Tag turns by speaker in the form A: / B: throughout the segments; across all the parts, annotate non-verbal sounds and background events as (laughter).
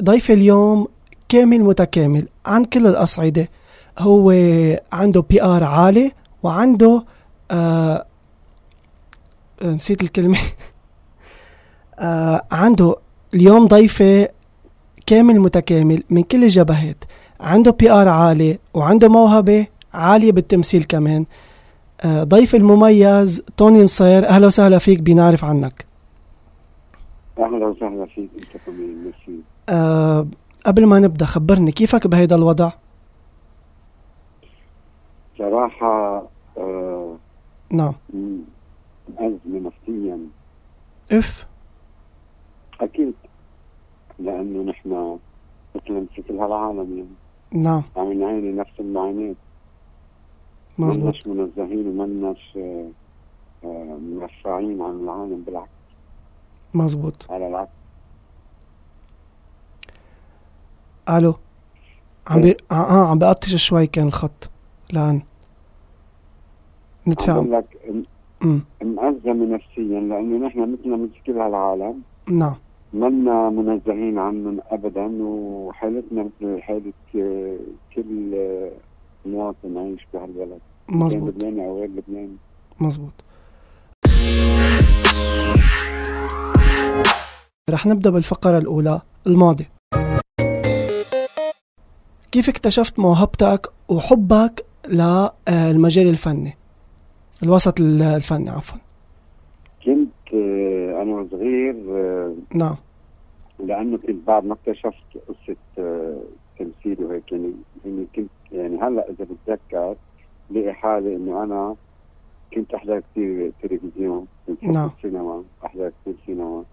A: ضيف اليوم كامل متكامل عن كل الأصعدة هو عنده بي آر عالي وعنده آه نسيت الكلمة (laughs) آه عنده اليوم ضيفة كامل متكامل من كل الجبهات عنده بي آر عالي وعنده موهبة عالية بالتمثيل كمان آه ضيف المميز توني نصير أهلا وسهلا فيك بنعرف عنك
B: اهلا وسهلا فيك انت كمان ميرسي
A: آه قبل ما نبدأ خبرني كيفك بهيدا الوضع
B: صراحه آه
A: نعم
B: م- ازمه نفسيا
A: اف
B: اكيد لانه نحن مثل مثل هالعالم يعني
A: نعم
B: عم نعاني نفس المعاناه
A: مزبوط
B: مناش منزهين ومناش آه، آه، مرفعين عن العالم بالعكس
A: مزبوط
B: على العكس
A: الو عم بي... آه, اه عم بقطش شوي كان الخط لان
B: عم
A: ندفع
B: بقول لك م-
A: أمم،
B: مأزمه نفسيا لانه نحن مثلنا مثل كل هالعالم
A: نعم
B: منا منزهين عنهم ابدا وحالتنا مثل حاله آه، كل آه، مواطن عايش بهالبلد كان
A: مزبوط
B: لبناني او غير لبناني
A: مزبوط رح نبدأ بالفقرة الأولى الماضي كيف اكتشفت موهبتك وحبك للمجال الفني الوسط ال- الفني عفوا
B: كنت آه، انا وصغير آه،
A: نعم
B: لانه كنت بعد ما اكتشفت قصه آه، تمثيل وهيك يعني يعني كنت يعني هلا اذا بتذكر بلاقي حالي انه انا كنت احضر كثير تلفزيون كنت
A: نعم.
B: احضر سينما احضر كثير سينما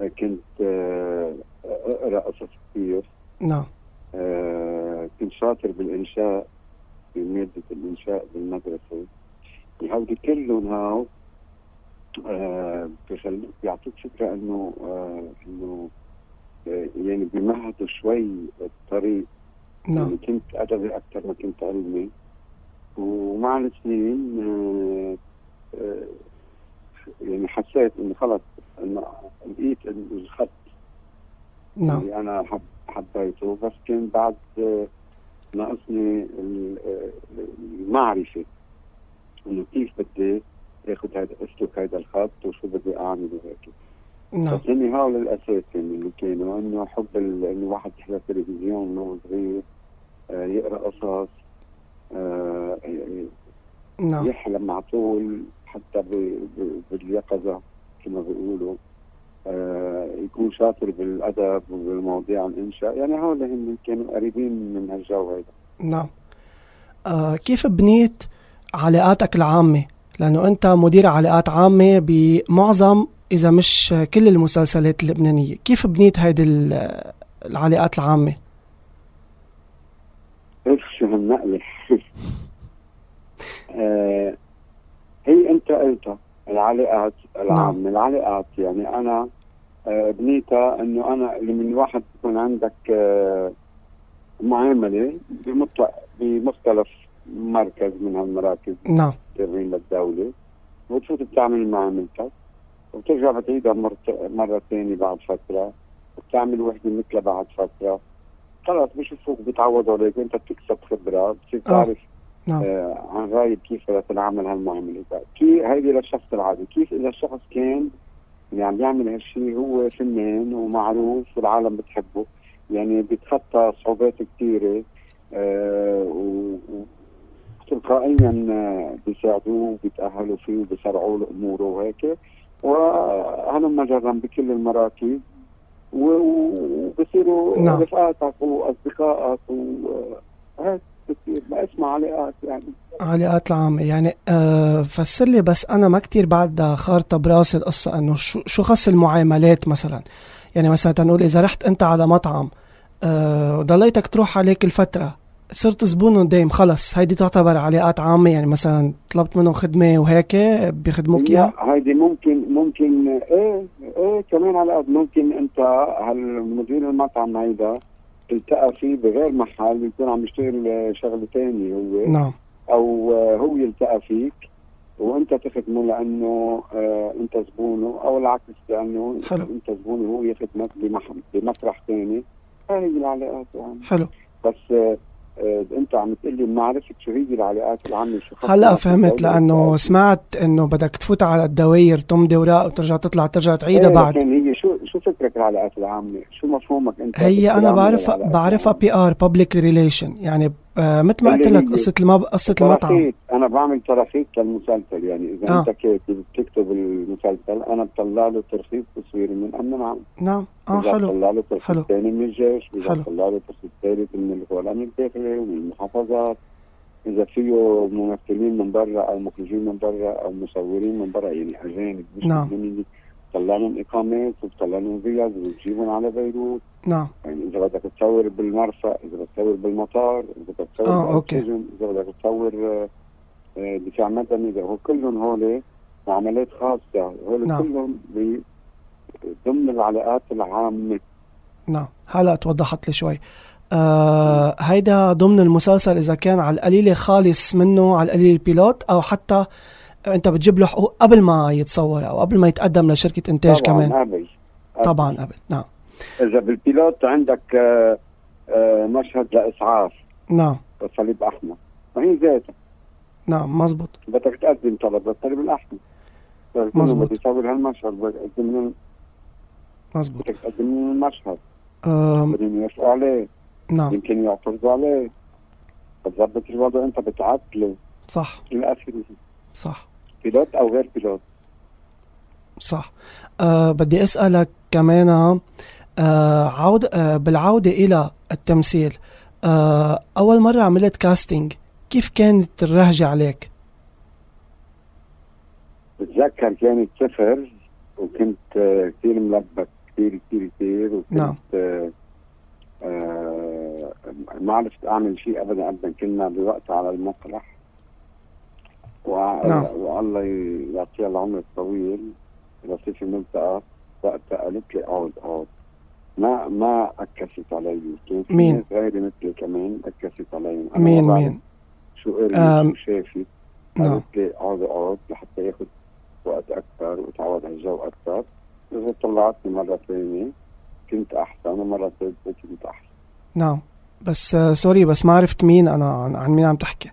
B: آه، كنت آه، اقرا قصص كثير
A: نعم
B: آه، كنت شاطر بالإنشاء بمادة الإنشاء بالمدرسة هودي كلهم هاو آه، بخلوك بيعطوك فكرة إنه آه، إنه آه، يعني بمهدوا شوي الطريق يعني
A: نعم
B: كنت أدبي أكثر ما كنت علمي ومع السنين آه، آه، يعني حسيت إنه خلص إنه لقيت الخط
A: نعم
B: اللي انا حب حبيته بس كان بعد آه، ناقصني ال- آه، المعرفه انه كيف بدي اخذ هذا اسلك هذا الخط وشو بدي اعمل وهيك
A: نعم
B: بس هني هول الاساس يعني اللي كانوا انه حب ال- انه واحد يحضر تلفزيون وهو صغير آه، يقرا قصص آه، يعني
A: نعم
B: يحلم على طول حتى ب- ب- باليقظه كما بيقولوا آه، يكون شاطر بالادب وبالمواضيع الانشاء يعني هول هن كانوا قريبين من هالجو هيدا
A: نعم آه كيف بنيت علاقاتك العامة؟ لأنه أنت مدير علاقات عامة بمعظم إذا مش كل المسلسلات اللبنانية، كيف بنيت هيدي ال- العلاقات العامة؟
B: اف شو هالنقله (laughs) آه، هي انت قلتها العلاقات العامه العلاقات يعني انا آه، بنيتها انه انا من واحد يكون عندك آه، معامله بمطلق بمختلف مركز من هالمراكز
A: نعم
B: ترمين للدولة وتفوت بتعمل معاملتك وبترجع بتعيدها مرت- مرة ثانية بعد فترة وبتعمل وحدة مثلها بعد فترة خلص بشوفوك بيتعودوا عليك وانت بتكسب خبرة بتصير تعرف
A: نعم
B: آه عن غاية كيف بدها تنعمل هالمعاملة كيف هيدي للشخص العادي كيف إذا الشخص كان اللي عم يعمل هالشيء هو فنان ومعروف والعالم بتحبه يعني بيتخطى صعوبات كثيرة آه و- و- تلقائيا آه، بيساعدوه وبيتأهلوا فيه وبيسرعوا له أموره وهيك وهلم جرا بكل المراكز و- و- وبصيروا
A: نعم.
B: رفقاتك وأصدقائك وهيك بتصير ما اسمع علاقات يعني
A: علاقات العامة يعني آه فسر لي بس أنا ما كتير بعد خارطة براسي القصة إنه شو شو خص المعاملات مثلا؟ يعني مثلا تنقول إذا رحت أنت على مطعم آه وضليتك تروح عليك الفترة صرت زبون دايم خلص هيدي تعتبر علاقات عامة يعني مثلا طلبت منهم خدمة وهيك
B: نعم.
A: بيخدموك إياها؟
B: لا، هيدي ممكن ممكن ايه ايه كمان على قد ممكن انت هالمدير المطعم هيدا تلتقى فيه بغير محل بيكون عم يشتغل آه، شغله ثانيه هو
A: نعم
B: او آه، هو يلتقى فيك وانت تخدمه لانه آه انت زبونه او العكس لانه
A: حلو.
B: انت زبونه وهو يخدمك بمح- بمطرح ثاني هاي العلاقات يعني
A: حلو
B: بس آه، آه، انت عم تقول لي ما عرفت شو هي العلاقات العامه شو آه، خطها
A: هلا
B: مع
A: فهمت
B: الدولة.
A: لانه سمعت انه بدك تفوت على الدوائر تمضي اوراق وترجع تطلع ترجع تعيدها
B: إيه،
A: بعد
B: لكن هي شو شو فكرك العلاقات العامه؟ شو مفهومك انت؟
A: هي
B: بالعامة
A: انا بعرفها
B: للعلاقات
A: بعرفها
B: العامة؟
A: بي ار بابليك ريليشن يعني آه مثل ما قلت
B: اللي
A: لك
B: هي
A: قصه المب... قصه المطعم
B: تراخيص انا بعمل تراخيص للمسلسل يعني اذا
A: آه.
B: آه. انت كاتب بتكتب المسلسل انا بطلع له ترخيص تصويري من امن العام
A: نعم اه
B: إذا
A: حلو
B: طلع له ترخيص
A: حلو.
B: ثاني من الجيش اذا
A: حلو.
B: طلع له ترخيص ثالث من الامن الداخلي ومن المحافظات اذا فيه ممثلين من برا او مخرجين من برا او مصورين من برا يعني اجانب مش
A: نعم.
B: لبنانيين. طلع لهم اقامات وبطلع لهم فيز وبجيبهم على بيروت
A: نعم
B: يعني اذا بدك تصور بالمرفأ اذا بدك تصور بالمطار اذا بدك تصور
A: آه، أوكي.
B: بالسجن اذا بدك تصور آه، آه، دفاع مدني إذا هو كلهم هول إيه، معاملات خاصه هول
A: نعم.
B: كلهم ب- ضمن العلاقات العامه
A: نعم هلا توضحت لي شوي آه هيدا ضمن المسلسل اذا كان على القليله خالص منه على القليل البيلوت او حتى انت بتجيب له حقوق قبل ما يتصور او قبل ما يتقدم لشركه انتاج كمان
B: طبعا قبل
A: طبعا قبل نعم
B: اذا بالبيلوت عندك آه، آه، مشهد لاسعاف
A: نعم
B: صليب احمر ما هي ذاتها
A: نعم مزبوط
B: بدك تقدم طلب للصليب الاحمر بدك تقول له
A: مزبوط.
B: بدي اصور هالمشهد بدك تقدم لهم-
A: مزبوط
B: بدك تقدم لهم المشهد
A: آه
B: بدهم يوافقوا عليه
A: نعم
B: يمكن يعترضوا عليه بتظبط الوضع انت بتعدله
A: صح
B: للاخر
A: صح
B: بيلوت او غير بيلوت
A: صح آه بدي اسالك كمان آه عود آه بالعوده الى التمثيل آه اول مره عملت كاستنج كيف كانت الرهجه عليك
B: بتذكر كانت صفر وكنت آه، كثير ملبك كثير كثير كثير وكنت
A: نعم.
B: آه، آه، ما عرفت اعمل شيء ابدا ابدا كنا بوقت على المسرح و...
A: نعم.
B: والله يعطيها العمر الطويل لطيفه ملتقى وقتها قالت لي اقعد اقعد ما ما اكست علي كان في
A: مين؟
B: ناس غيري مثلي كمان اكست علي أنا
A: مين
B: ما بعرف
A: مين
B: شو قري
A: آم،
B: شو شافي
A: نعم
B: قالت لي اقعد اقعد لحتى ياخذ وقت اكثر واتعود على الجو اكثر اذا طلعتني مره ثانيه كنت احسن ومره ثالثه كنت احسن
A: نعم بس آه، سوري بس ما عرفت مين انا عن, عن مين عم تحكي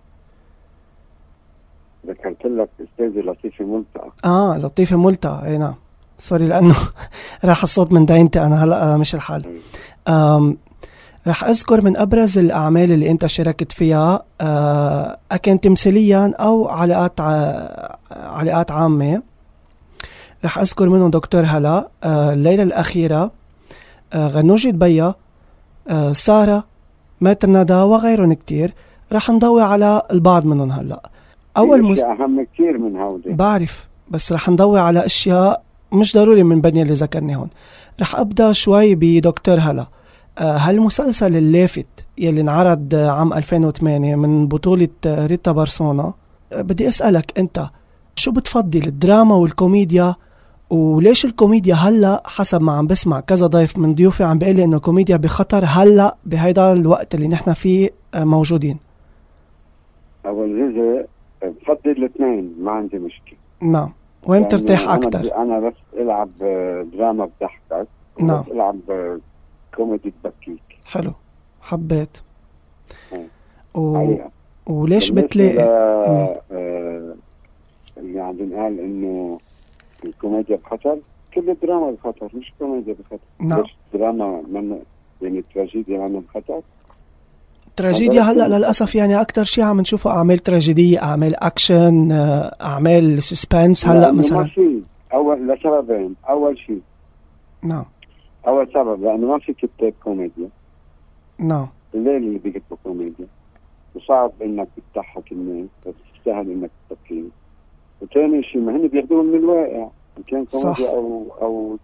B: ذكرت لك استاذه لطيفه ملتقى
A: اه لطيفه ملتقى اي نعم سوري لانه (laughs) راح الصوت من دينتي انا هلا آه، مش الحال آم، رح أذكر من أبرز الأعمال اللي أنت شاركت فيها آه، أكن تمثيليا أو علاقات ع- علاقات عامة رح أذكر منهم دكتور هلا آه، الليلة الأخيرة آه، غنوجة بيا آه، سارة ماتر ندى وغيرهم كتير رح نضوي على البعض منهم هلا أول
B: في
A: مس...
B: أشياء اهم كثير من هودي
A: بعرف بس رح نضوي على اشياء مش ضروري من بنية اللي ذكرناهم رح ابدا شوي بدكتور هلا آه، هالمسلسل اللافت يلي انعرض آه، عام 2008 من بطولة آه، ريتا بارسونا آه، بدي اسألك انت شو بتفضل الدراما والكوميديا وليش الكوميديا هلا حسب ما عم بسمع كذا ضيف من ضيوفي عم بيقول لي انه الكوميديا بخطر هلا بهيدا الوقت اللي نحن فيه آه، موجودين
B: اول جزء بفضل الاثنين ما عندي مشكله
A: نعم وين
B: يعني
A: ترتاح
B: أنا ب-
A: اكثر
B: انا بس العب آه، دراما بضحكك
A: نعم.
B: بس العب آه، كوميدي ببكيك
A: حلو حبيت
B: إيه.
A: و...
B: حقيقه
A: وليش
B: بالنسبة
A: بتلاقي
B: ل- آه، اللي عم بنقال انه الكوميديا بخطر كل الدراما بخطر مش كوميديا بخطر
A: نعم
B: ليش الدراما من يعني التراجيديا من خطر
A: تراجيديا
B: بالنسبة
A: هلا
B: لل-
A: للاسف يعني اكثر شيء عم نشوفه اعمال تراجيديه اعمال اكشن آه، اعمال سسبنس هلا
B: لأنه ما
A: مثلا
B: في اول لسببين اول شيء
A: نعم
B: اول سبب لانه ما في كتاب كوميديا
A: نعم
B: الليل اللي بيكتبوا كوميديا وصعب انك تضحك الناس بس سهل انك تضحكهم وثاني شيء ما هن بياخذوهم من الواقع ان كان
A: صح.
B: كوميديا او او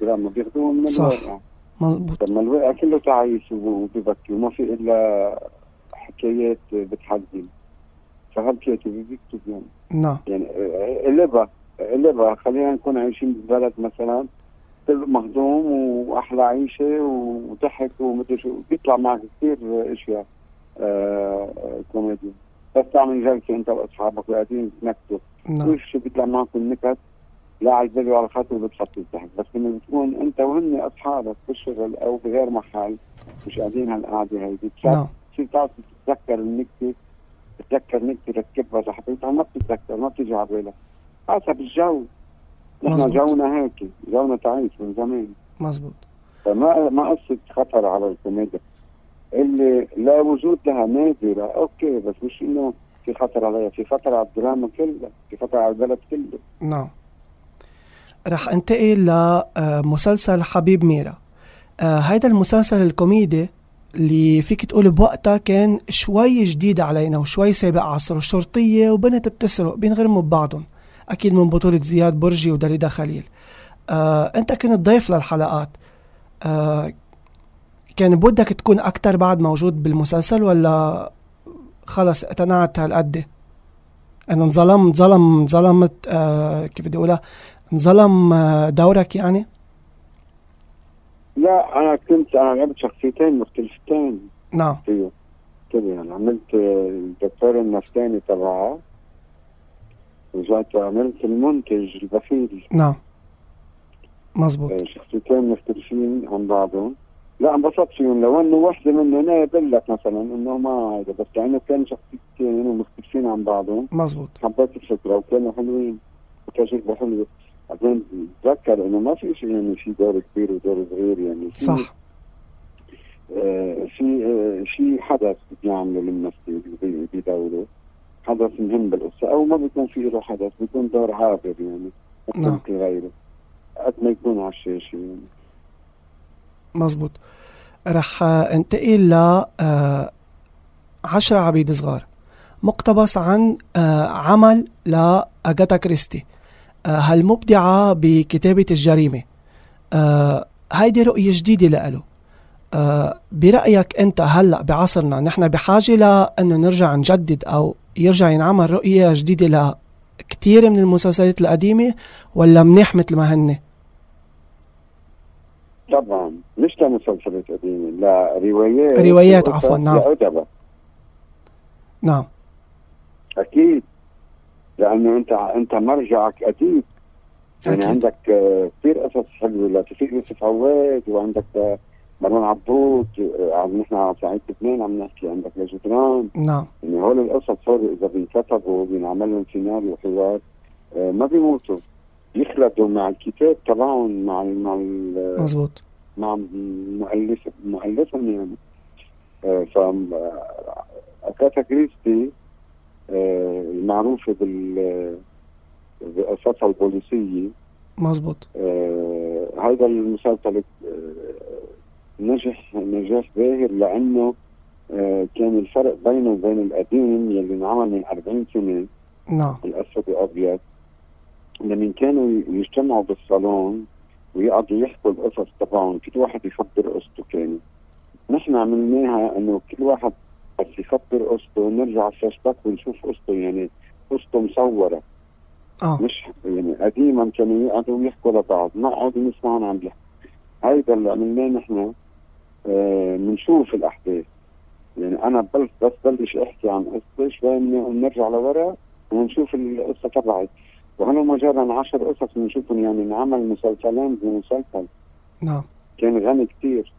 B: دراما بياخذوهم من
A: صح.
B: الواقع
A: مزبوط
B: طب ما الواقع كله تعيس وببكي وما في الا حكايات بتحزن فهل كاتب بيكتب يعني
A: نعم
B: يعني قلبها قلبها خلينا نكون عايشين ببلد مثلا كله مهضوم واحلى عيشه وضحك ومدري شو بيطلع معك كثير اشياء آه كوميديا بس تعمل جلسه انت واصحابك وقاعدين تنكتوا
A: نعم
B: كل شيء بيطلع معكم نكت لا على البال ولا على الخاطر بتحط الضحك بس لما بتكون انت وهن اصحابك بالشغل او بغير محل مش قاعدين هالقعده هيدي
A: نعم
B: بتصير بتعرف تتذكر النكته تتذكر نكته تركبها لحبيبتها ما بتتذكر ما بتيجي على بالك حسب الجو نحن
A: مزبوط.
B: جونا هيك جونا تعيس من زمان
A: مزبوط
B: فما ما قصه خطر على الكوميديا اللي لا وجود لها نادره اوكي بس مش انه في خطر عليها في خطر على الدراما كلها في خطر على البلد كله
A: نعم رح انتقل لمسلسل حبيب ميرا آه، هيدا المسلسل الكوميدي اللي فيك تقول بوقتها كان شوي جديد علينا وشوي سابق عصره شرطية وبنت بتسرق بينغرموا ببعضهم أكيد من بطولة زياد برجي ودليدا خليل آه، أنت كنت ضيف للحلقات آه، كان بدك تكون أكتر بعد موجود بالمسلسل ولا خلص اقتنعت هالقد انه انظلم انظلم انظلمت آه كيف بدي اقولها انظلم آه دورك يعني
B: لا انا كنت انا لعبت شخصيتين مختلفتين
A: نعم
B: فيه كده يعني عملت آه، الدكتور النفساني تبعها رجعت عملت المنتج البخيل
A: نعم مزبوط
B: آه، شخصيتين مختلفين عن بعضهم لا انبسطت فيهم لو انه وحده منهم انا بقول لك مثلا انه ما هيدا بس لانه كانوا شخصيتين مختلفين عن بعضهم
A: مزبوط
B: حبيت الفكره وكانوا حلوين وتجربه حلوه بعدين بتذكر انه ما في شيء يعني في دور كبير ودور صغير يعني في
A: صح
B: في آه، في حدث بيعمله الممثل بي- بدوره حدث مهم بالقصه او ما بيكون في له حدث بيكون دور عابر يعني
A: نعم.
B: مثل في غيره قد ما يكون على الشاشه يعني
A: مزبوط رح آه، انتقل ل آه عشرة عبيد صغار مقتبس عن آه عمل لأغاتا كريستي آه هالمبدعة بكتابة الجريمة آه هيدي رؤية جديدة لإله آه برأيك أنت هلأ بعصرنا نحن بحاجة لأنه نرجع نجدد أو يرجع ينعمل رؤية جديدة لكتير من المسلسلات القديمة ولا منيح مثل ما هن
B: طبعا مش لمسلسلات قديمه لروايات
A: روايات،
B: وقصص
A: عفواً، نعم.
B: لأدباء
A: نعم
B: اكيد لانه انت انت مرجعك اديب يعني
A: أكيد.
B: عندك آه، كثير قصص حلوه لتوفيق يوسف عواد وعندك آه، مروان عبود آه، عم نحن على صعيد لبنان عم نحكي عندك لجدران
A: نعم
B: يعني هول القصص هول اذا بينكتبوا وبينعمل لهم سيناريو وحوار آه، ما بيموتوا بيخلدوا مع الكتاب تبعهم مع ال- مع ال-
A: مزبوط
B: مع مؤلف مؤلفهم يعني آه، ف اكاتا كريستي آه، المعروفه بال آه، بقصصها البوليسيه
A: مزبوط
B: آه، هذا المسلسل آه، نجح نجاح باهر لانه آه، كان الفرق بينه وبين القديم يلي انعمل من 40 سنه
A: نعم
B: الاسود وابيض لما كانوا يجتمعوا بالصالون ويقعدوا يحكوا القصص تبعهم كل واحد يخبر قصته كانت نحن عملناها انه كل واحد بس يخبر قصته نرجع على الفلاشباك ونشوف قصته يعني قصته مصوره
A: اه
B: مش يعني قديما كانوا يقعدوا يحكوا لبعض نقعد نسمعهم عم يحكوا هيدا اللي عملناه نحن آه، منشوف الاحداث يعني انا بل بس بلش احكي عن قصه شوي من- بنرجع لورا ونشوف القصه تبعي وهنا مجرد عشر قصص بنشوفهم يعني انعمل مسلسلين بمسلسل
A: نعم
B: كان غني كثير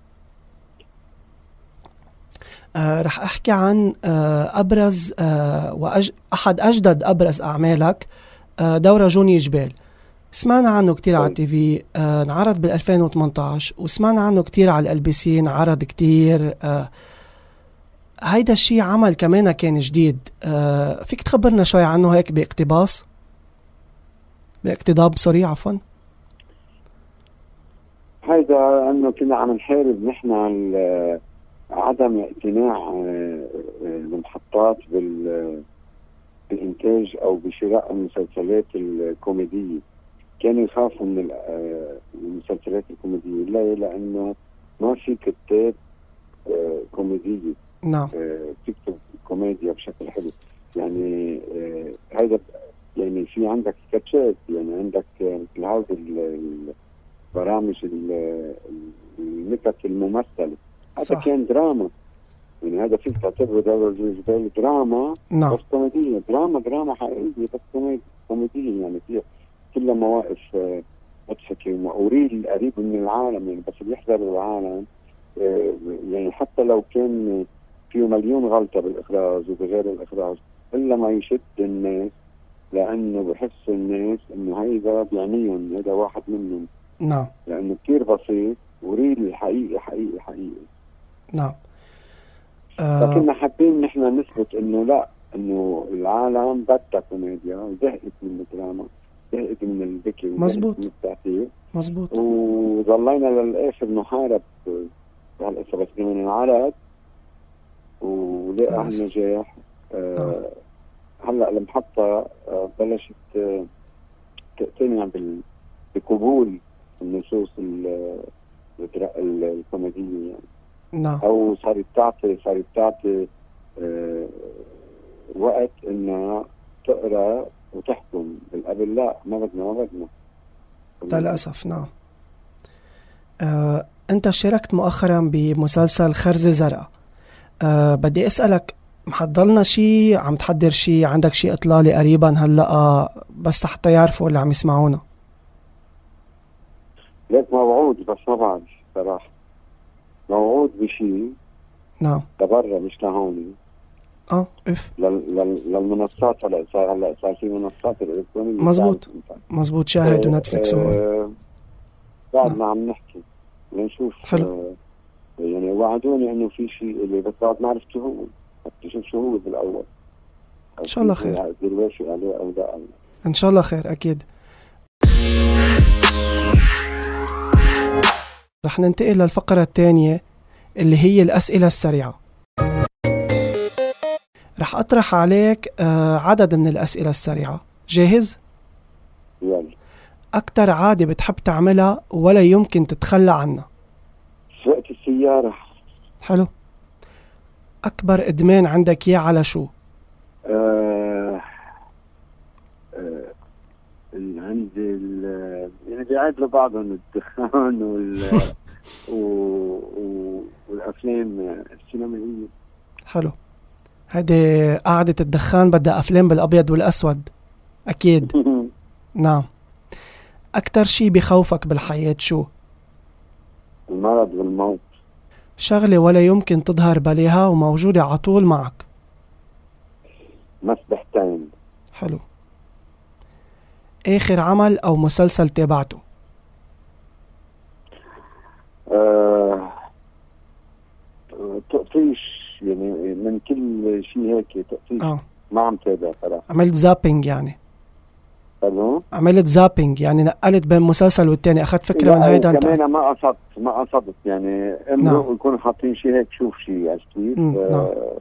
A: آه، رح احكي عن آه، ابرز آه، وأج... احد اجدد ابرز اعمالك آه، دورة جوني جبال سمعنا عنه كتير على
B: طيب.
A: التي في آه، انعرض بال 2018 وسمعنا عنه كتير على الال بي سي انعرض كتير آه، هيدا الشيء عمل كمان كان جديد آه، فيك تخبرنا شوي عنه هيك باقتباس باقتضاب سوري عفوا
B: هيدا انه كنا عم نحارب نحن ال- عدم اقتناع آه، آه، المحطات بال بالانتاج او بشراء المسلسلات الكوميديه كانوا يخافوا من ال- آه، المسلسلات الكوميديه ليه؟ لانه ما في كتاب آه، كوميديه
A: نعم
B: آه، تكتب كوميديا بشكل حلو يعني آه، هذا يعني في عندك سكتشات يعني عندك آه، مثل هذه ال- ال- البرامج ال- ال- النكت الممثله هذا
A: صح.
B: كان دراما يعني هذا فيك تعتبره دورة جبال دراما
A: نعم
B: بس كوميدية دراما دراما حقيقية بس كوميدية كوميدية يعني فيها كلها مواقف آه، مضحكة وأوريل قريب من العالم يعني بس بيحضروا العالم آه، يعني حتى لو كان فيه مليون غلطه بالاخراج وبغير الاخراج الا ما يشد الناس لانه بحس الناس انه هيدا بيعنيهم هيدا واحد منهم
A: نعم
B: لانه كثير بسيط وريل الحقيقه حقيقه حقيقه
A: نعم آه،
B: لكن حابين نحن نثبت انه لا انه العالم بدها كوميديا زهقت من الدراما زهقت من البكي وزهقت
A: مزبوط.
B: من التعذيب
A: مضبوط
B: وظلينا للاخر نحارب بهالقصه بس لما انعرض ولقى
A: للأسف.
B: النجاح آه هلا المحطه آه بلشت آه، تقتنع بال- بقبول النصوص ال- الدرا- ال- الكوميديه يعني
A: نعم
B: او صارت تعطي صارت تعطي آه وقت انها تقرا وتحكم بالقبل لا ما بدنا ما بدنا
A: للأسف نعم آه، أنت شاركت مؤخرا بمسلسل خرزة زرقاء آه، بدي أسألك محضلنا شيء عم تحضر شيء عندك شيء إطلالة قريبا هلأ آه، بس حتى يعرفوا اللي عم يسمعونا
B: ليك موعود بس ما بعرف صراحه موعود بشيء
A: نعم
B: لبرا مش لهون
A: اه اف
B: لل- لل- للمنصات هلا صار هلا صار في منصات الالكترونيه
A: مزبوط. مزبوط شاهد ونتفليكس وهول
B: آه، بعد
A: نعم.
B: ما عم نحكي لنشوف
A: حلو.
B: آه، يعني وعدوني انه في شيء اللي بس بعد ما عرفت شو هو بدي اشوف شو هو بالاول
A: إن شاء الله خير.
B: بدي وافق عليه او لا
A: ان شاء الله خير اكيد رح ننتقل للفقرة الثانية اللي هي الأسئلة السريعة رح أطرح عليك آه، عدد من الأسئلة السريعة جاهز؟
B: يلا
A: أكتر عادة بتحب تعملها ولا يمكن تتخلى عنها
B: سواقة السيارة
A: حلو أكبر إدمان عندك إياه على شو؟
B: آه آه اللي عندي ال- يعني بيعادلوا بعضهم الدخان وال
A: (laughs)
B: و... و... والافلام السينمائيه
A: حلو هيدي قعدة الدخان بدها أفلام بالأبيض والأسود أكيد نعم أكتر شي بخوفك بالحياة شو؟
B: (laughs) المرض والموت
A: شغلة ولا يمكن تظهر بلاها وموجودة على طول معك
B: مسبحتين
A: حلو آخر عمل أو مسلسل تابعته
B: آه... تقطيش يعني من كل شيء هيك تقطيش
A: آه
B: ما عم تابع صراحه
A: عملت زابينج يعني
B: الو
A: عملت زابينج يعني نقلت بين مسلسل والتاني أخذت فكرة من
B: لا،
A: هيدا انت
B: يعني كمان ما قصدت ما قصدت يعني امرق
A: نعم.
B: يكون حاطين شيء هيك شوف شيء عرفت كيف؟
A: مم، نعم،
B: آه،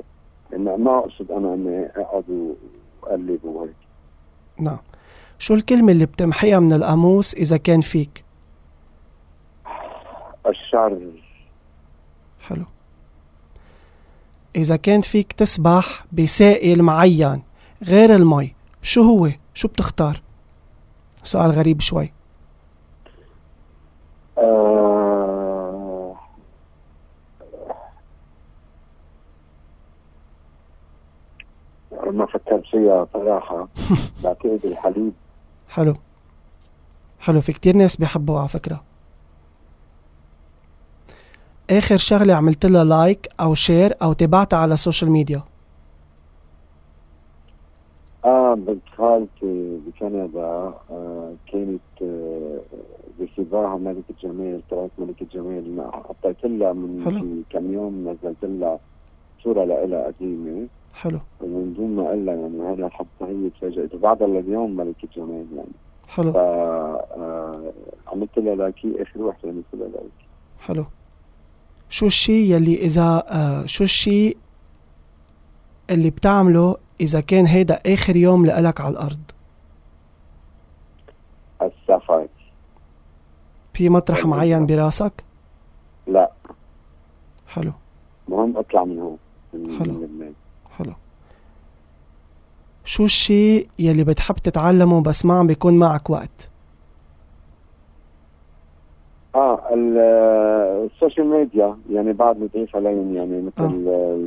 B: ما ما اقصد انا اني اقعد واقلب وهيك
A: نعم شو الكلمة اللي بتمحيها من القاموس إذا كان فيك؟
B: الشعر
A: حلو إذا كان فيك تسبح بسائل معين غير المي شو هو؟ شو بتختار؟ سؤال غريب شوي
B: آه ما فكرت فيها صراحة بعتقد الحليب
A: حلو حلو في كتير ناس بيحبوا على فكرة آخر شغلة عملت لها لايك أو شير أو تابعتها على السوشيال ميديا
B: اه بنت خالتي بكندا آه كانت آه بسباها ملكة جمال طلعت ملكة جمال ما- حطيت لها من
A: حلو.
B: شي كم يوم نزلت لها صورة لها قديمة
A: حلو
B: ومن دون ما اقول لها يعني هذا حتى هي تفاجأت وبعدها لليوم ملكة جمال يعني ف
A: حلو
B: آه، عملت لها لايكي اخر وحده عملت لها لايكي
A: حلو شو الشي يلي إذا آه شو الشي اللي بتعمله إذا كان هيدا آخر يوم لإلك على الأرض
B: السفر
A: في مطرح
B: حلو.
A: معين براسك
B: لا
A: حلو
B: مهم اطلع من هون من
A: حلو.
B: من لبنان
A: حلو شو الشي يلي بتحب تتعلمه بس ما عم بيكون معك وقت
B: اه ال- آه، السوشيال ميديا يعني بعد مضيف عليهم يعني مثل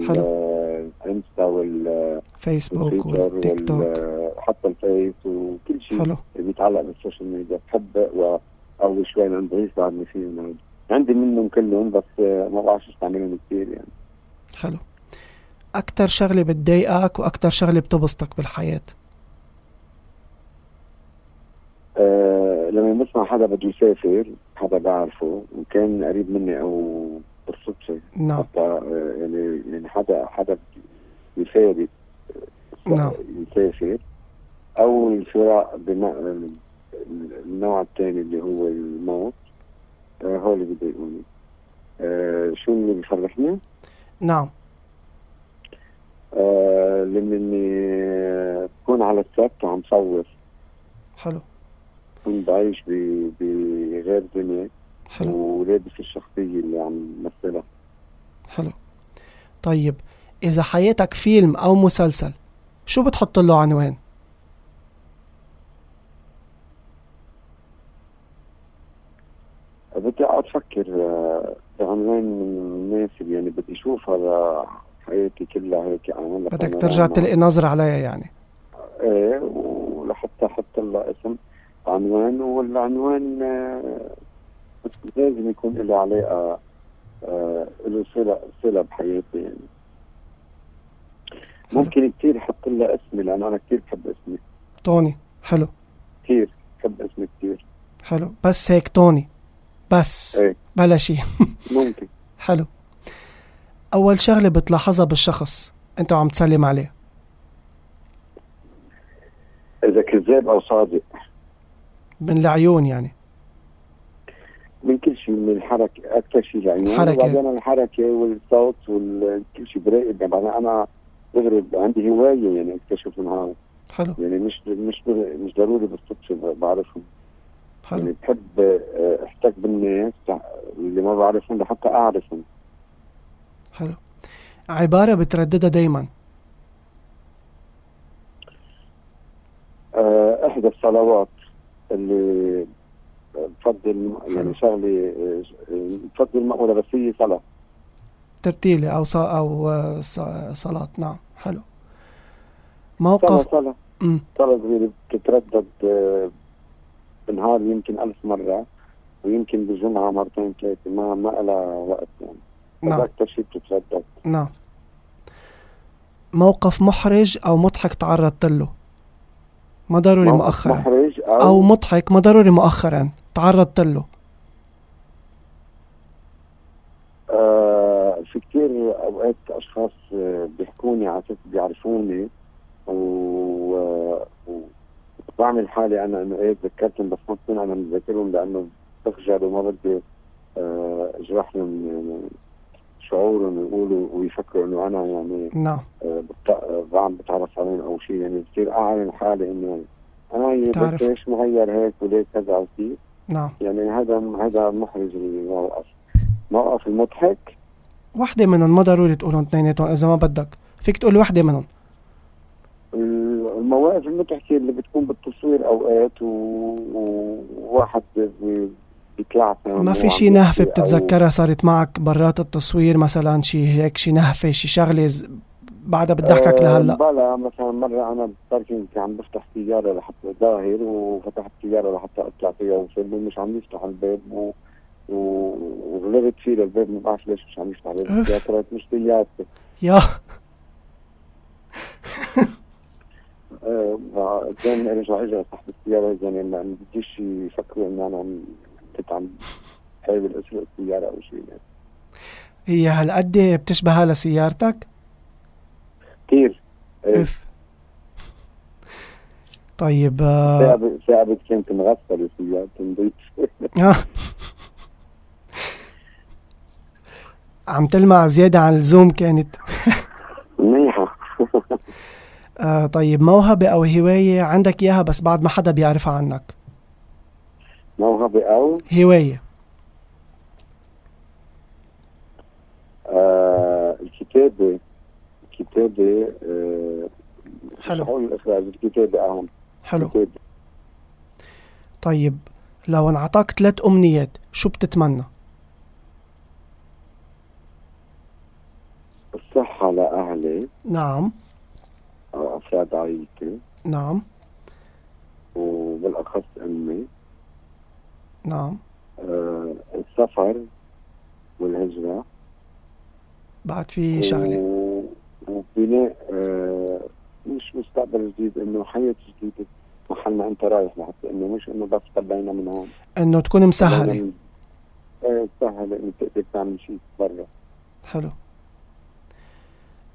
A: حلو.
B: آه الانستا وال-
A: فيسبوك
B: والتويتر
A: والتيك توك
B: وحتى الفيس وكل شيء
A: حلو
B: اللي بيتعلق بالسوشيال ميديا بحب و- او شوي لنضيف بعد ما فيهم هيك. عندي منهم كلهم بس آه، ما بعرفش استعملهم كثير يعني
A: حلو اكتر شغله بتضايقك واكتر شغله بتبسطك بالحياه
B: آه لما بسمع حدا بده يسافر حدا بعرفه وكان قريب مني او بالصدفه
A: نعم
B: حتى آه، يعني يعني حدا حدا يساعد
A: نعم.
B: يسافر او الفراق بما النوع الثاني اللي هو الموت آه، هو اللي بيضايقوني آه، شو اللي بيفرحني؟
A: نعم
B: آه، لما إني بكون على السبت عم صور
A: حلو
B: كنت بعيش ب- بغير دنيا
A: حلو
B: ولابس الشخصية اللي عم مثلها
A: حلو طيب اذا حياتك فيلم او مسلسل شو بتحط له عنوان
B: بدي اقعد افكر آه، بعنوان مناسب يعني بدي اشوفها لحياتي كلها هيك يعني اعملها
A: بدك
B: نعم.
A: ترجع تلقي نظرة عليها يعني
B: ايه ولحتى احط لها اسم عنوان والعنوان آه، بس لازم يكون له علاقه آه، له صله صله بحياتي يعني ممكن كثير احط لها اسمي لانه انا كثير بحب اسمي
A: توني حلو
B: كثير بحب اسمي كثير
A: حلو بس هيك توني بس
B: إيه.
A: بلا شيء
B: ممكن
A: حلو اول شغلة بتلاحظها بالشخص انت عم تسلم عليه
B: اذا كذاب او صادق
A: من العيون يعني
B: من كل شيء من الحركه اكثر شيء يعني. العيون
A: حركة.
B: وبعدين الحركه والصوت وكل شيء براقب يعني بعدين انا دغري عندي هوايه يعني اكتشف هون
A: حلو
B: يعني مش مش مش ضروري بالصدفه ب- بعرفهم يعني
A: حلو
B: بحب آه، احتك بالناس اللي ما بعرفهم لحتى اعرفهم
A: حلو عبارة بترددها دايما
B: آه، احدى الصلوات اللي بفضل
A: حلو.
B: يعني شغله آه، آه، بفضل مقوله بس هي صلاه
A: ترتيلة أو ص... أو آه، ص- صلاة نعم حلو
B: صلاه
A: موقف
B: صلاه
A: مم.
B: طلب اللي بتتردد آه، بالنهار يمكن ألف مرة ويمكن بالجمعة مرتين ثلاثة ما ما لها وقت يعني هذا
A: نعم
B: أكثر شيء بتتردد
A: نعم موقف محرج أو مضحك تعرضت له ما ضروري
B: موقف
A: مؤخرا
B: محرج أو,
A: أو مضحك ما ضروري مؤخرا تعرضت له
B: آه في كثير أوقات أشخاص آه، بيحكوني على أساس بيعرفوني و آه، و- بعمل حالي أنا إنه إيه تذكرتهم بس ما بكون أنا متذكرهم لأنه بخجل وما بدي آه، أجرحهم يعني شعورهم يقولوا ويفكروا إنه أنا يعني
A: نعم
B: عم بتعرف عليهم او شيء يعني بصير اعلن حالي انه انا هي
A: بتعرف.
B: بس ليش مغير هيك وليش كذا وكذا
A: نعم
B: يعني هذا هذا محرج الموقف موقف المضحك
A: وحدة منهم ما ضروري تقولهم اثنيناتهم إذا ما بدك فيك تقول وحدة منهم
B: المواقف المضحكه اللي بتكون بالتصوير اوقات و- و- وواحد بي- بيتلعثم
A: ما في
B: وعم
A: شي نهفة
B: يحكي أو-
A: بتتذكرها صارت معك برات التصوير مثلا شي هيك شي نهفة شي شغلة ز- بعدها بتضحكك
B: آه،
A: لهلا
B: بلا مثلا مره انا بالباركينج كان عم بفتح سياره لحتى ظاهر وفتحت سياره لحتى اطلع فيها وفيلم مش عم يفتح الباب و... و... وغلبت فيه للباب ما بعرف ليش مش عم يفتح الباب
A: أوف.
B: يا ترى مش سيارتي
A: يا
B: آه، بعدين رجع اجى صاحب السياره يعني ما ما بديش يفكروا انه انا عم كنت عم حاول اسرق السياره او شيء يعني
A: هي هالقد بتشبهها لسيارتك؟
B: كثير إيه.
A: اف طيب آه،
B: ثعبت ثعبت كانت مغسله سيارتي (laughs) نظيفه
A: آه. عم تلمع زيادة عن اللزوم كانت
B: منيحه
A: آه طيب موهبة أو هواية عندك إياها بس بعد ما حدا بيعرفها عنك
B: موهبه او
A: هواية
B: آه الكتابة الكتابة آه
A: حلو.
B: مش هقول الإخراج الكتابة أهم
A: حلو
B: الكتابة.
A: طيب لو انعطاك ثلاث أمنيات شو بتتمنى؟
B: الصحة لأهلي
A: نعم
B: أو أفراد عائلتي
A: نعم
B: وبالأخص أمي
A: نعم
B: آه السفر والهجرة
A: بعد في شغله
B: و- وبناء آه، مش مستقبل جديد انه حياة جديدة محل ما انت رايح لحتى انه مش انه بس طلعنا من هون
A: انه تكون مسهله
B: ايه سهلة انه تقدر تعمل شيء برا
A: حلو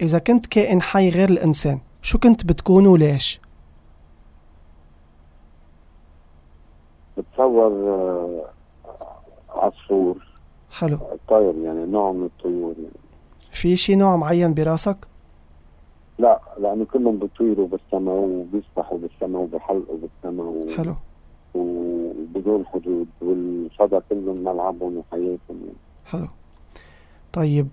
A: اذا كنت كائن حي غير الانسان شو كنت بتكون وليش
B: بتصور آه، عصفور
A: حلو
B: طير يعني نوع من الطيور يعني
A: في شي نوع معين براسك
B: لا لانه كلهم بيطيروا بالسماء وبيسبحوا بالسماء وبحلقوا بالسماء و-
A: حلو
B: وبدون حدود والفضاء كلهم ملعبهم وحياتهم يعني.
A: حلو طيب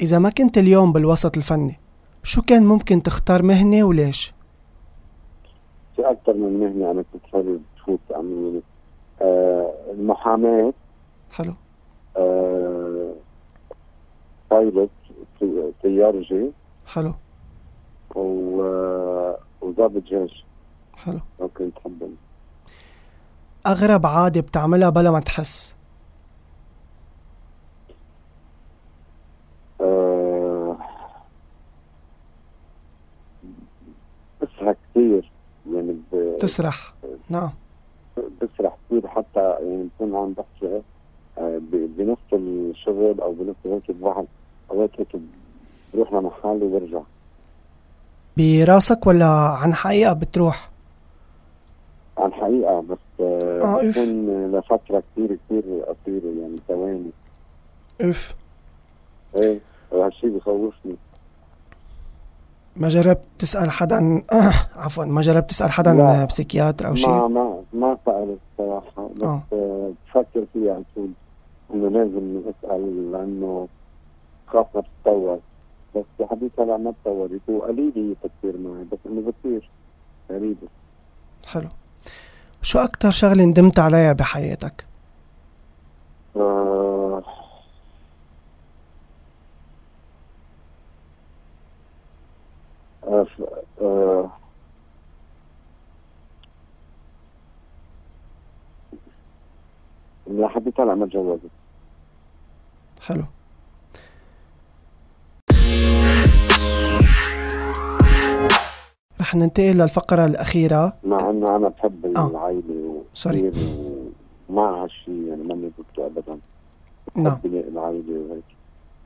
A: إذا ما كنت اليوم بالوسط الفني شو كان ممكن تختار مهنة وليش؟
B: في اكثر من مهنه انا كنت حابب تفوت يعني آه المحاماه
A: حلو
B: آه بايلوت طي- طيارجي
A: حلو
B: و- آه، وضابط جيش
A: حلو
B: لو كنت حبهم
A: أغرب عادة بتعملها بلا ما تحس
B: آه، بسرح كثير يعني ب-
A: تسرح نعم
B: بسرح كثير حتى يعني بكون عم بحكي آه، ب- بنفس الشغل او بنفس هيك الواحد اوقات هيك بروح لمحل وبرجع
A: براسك ولا عن حقيقة بتروح؟
B: عن حقيقه بس
A: آه،
B: آه
A: إف.
B: بكون لفتره كثير كثير قصيره يعني ثواني
A: اف
B: ايه وهالشيء بخوفني
A: ما جربت تسأل حدا عفوا ما جربت تسأل حدا
B: لا.
A: بسيكياتر أو شيء؟
B: ما ما ما سالت صراحه بس
A: آه.
B: آه. بفكر فيها على طول انه لازم اسال لانه خاف ما تتطور بس لحديت هلا ما تطورت وقليل هي بتصير معي بس انه بتصير قريبه
A: حلو شو أكتر شغلة ندمت عليها بحياتك؟
B: آه، آه، آه، لحد طلع ما تجوزت
A: حلو رح ننتقل للفقرة الأخيرة
B: مع انه انا بحب
A: آه.
B: العائله
A: سوري.
B: وكثير ومع هالشيء يعني ماني ضده ابدا
A: نعم
B: بحب العائله وهيك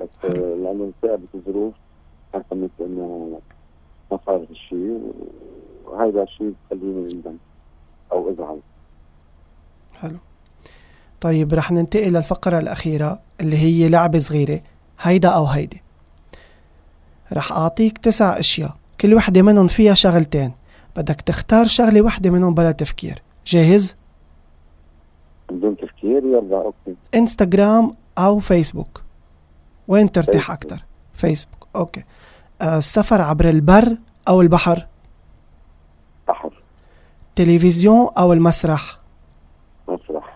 B: بس
A: حلو.
B: آه، لانه انتقلت الظروف حكمت انه ما صار هالشيء وهيدا الشيء بخليني اندم او ازعل
A: حلو طيب رح ننتقل للفقرة الأخيرة اللي هي لعبة صغيرة هيدا أو هيدي رح أعطيك تسع أشياء كل وحدة منهم فيها شغلتين بدك تختار شغلة وحدة منهم بلا تفكير جاهز؟
B: بدون تفكير يلا اوكي
A: انستغرام أو فيسبوك وين ترتاح
B: فيسبوك.
A: أكتر؟ فيسبوك أوكي آه، السفر عبر البر أو البحر
B: بحر
A: تلفزيون أو المسرح
B: مسرح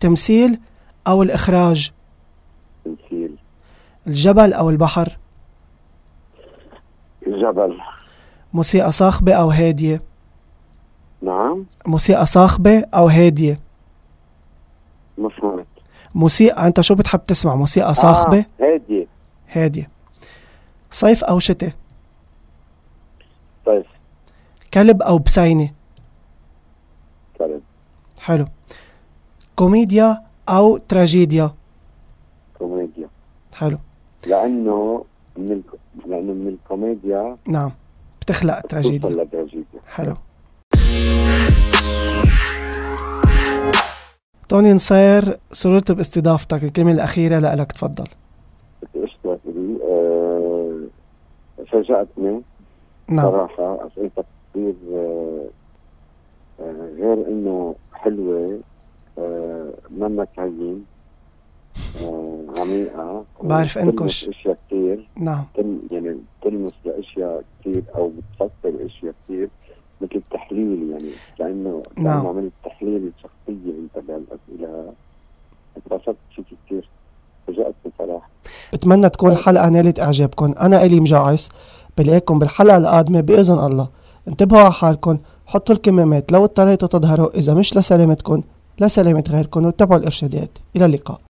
A: تمثيل أو الإخراج
B: تمثيل
A: الجبل أو البحر
B: الجبل
A: موسيقى صاخبة أو هادية
B: نعم
A: موسيقى صاخبة أو هادية
B: ما فهمت
A: موسيقى أنت شو بتحب تسمع موسيقى صاخبة
B: آه هادي
A: هادية صيف أو شتاء
B: طيب
A: كلب أو بسينة
B: طيب
A: حلو كوميديا أو تراجيديا
B: كوميديا
A: حلو
B: لانه من الك... لانه من الكوميديا
A: نعم بتخلق
B: توصل
A: تراجيديا
B: لتراجيديا
A: حلو توني نصير سررت باستضافتك الكلمة الأخيرة لألك تفضل
B: اشتغلت لي آه... فاجأتني
A: نعم
B: صراحة أسئلتك كثير آه... آه... غير إنه حلوة آه... منك هين آه... عميقة
A: بعرف
B: وبتلمس
A: أنكش.
B: أشياء كثير
A: نعم
B: تل يعني تلمس لاشياء كثير او بتفكر اشياء كثير مثل التحليل يعني لانه
A: نعم.
B: لما عملت تحليل شخصيه انت بهالاسئله انبسطت فيك كثير فاجأتني صراحه
A: بتمنى تكون الحلقة نالت إعجابكم أنا إلي مجعس بلاقيكم بالحلقة القادمة بإذن الله انتبهوا على حالكم حطوا الكمامات لو اضطريتوا تظهروا إذا مش لسلامتكم لسلامة غيركم واتبعوا الإرشادات إلى اللقاء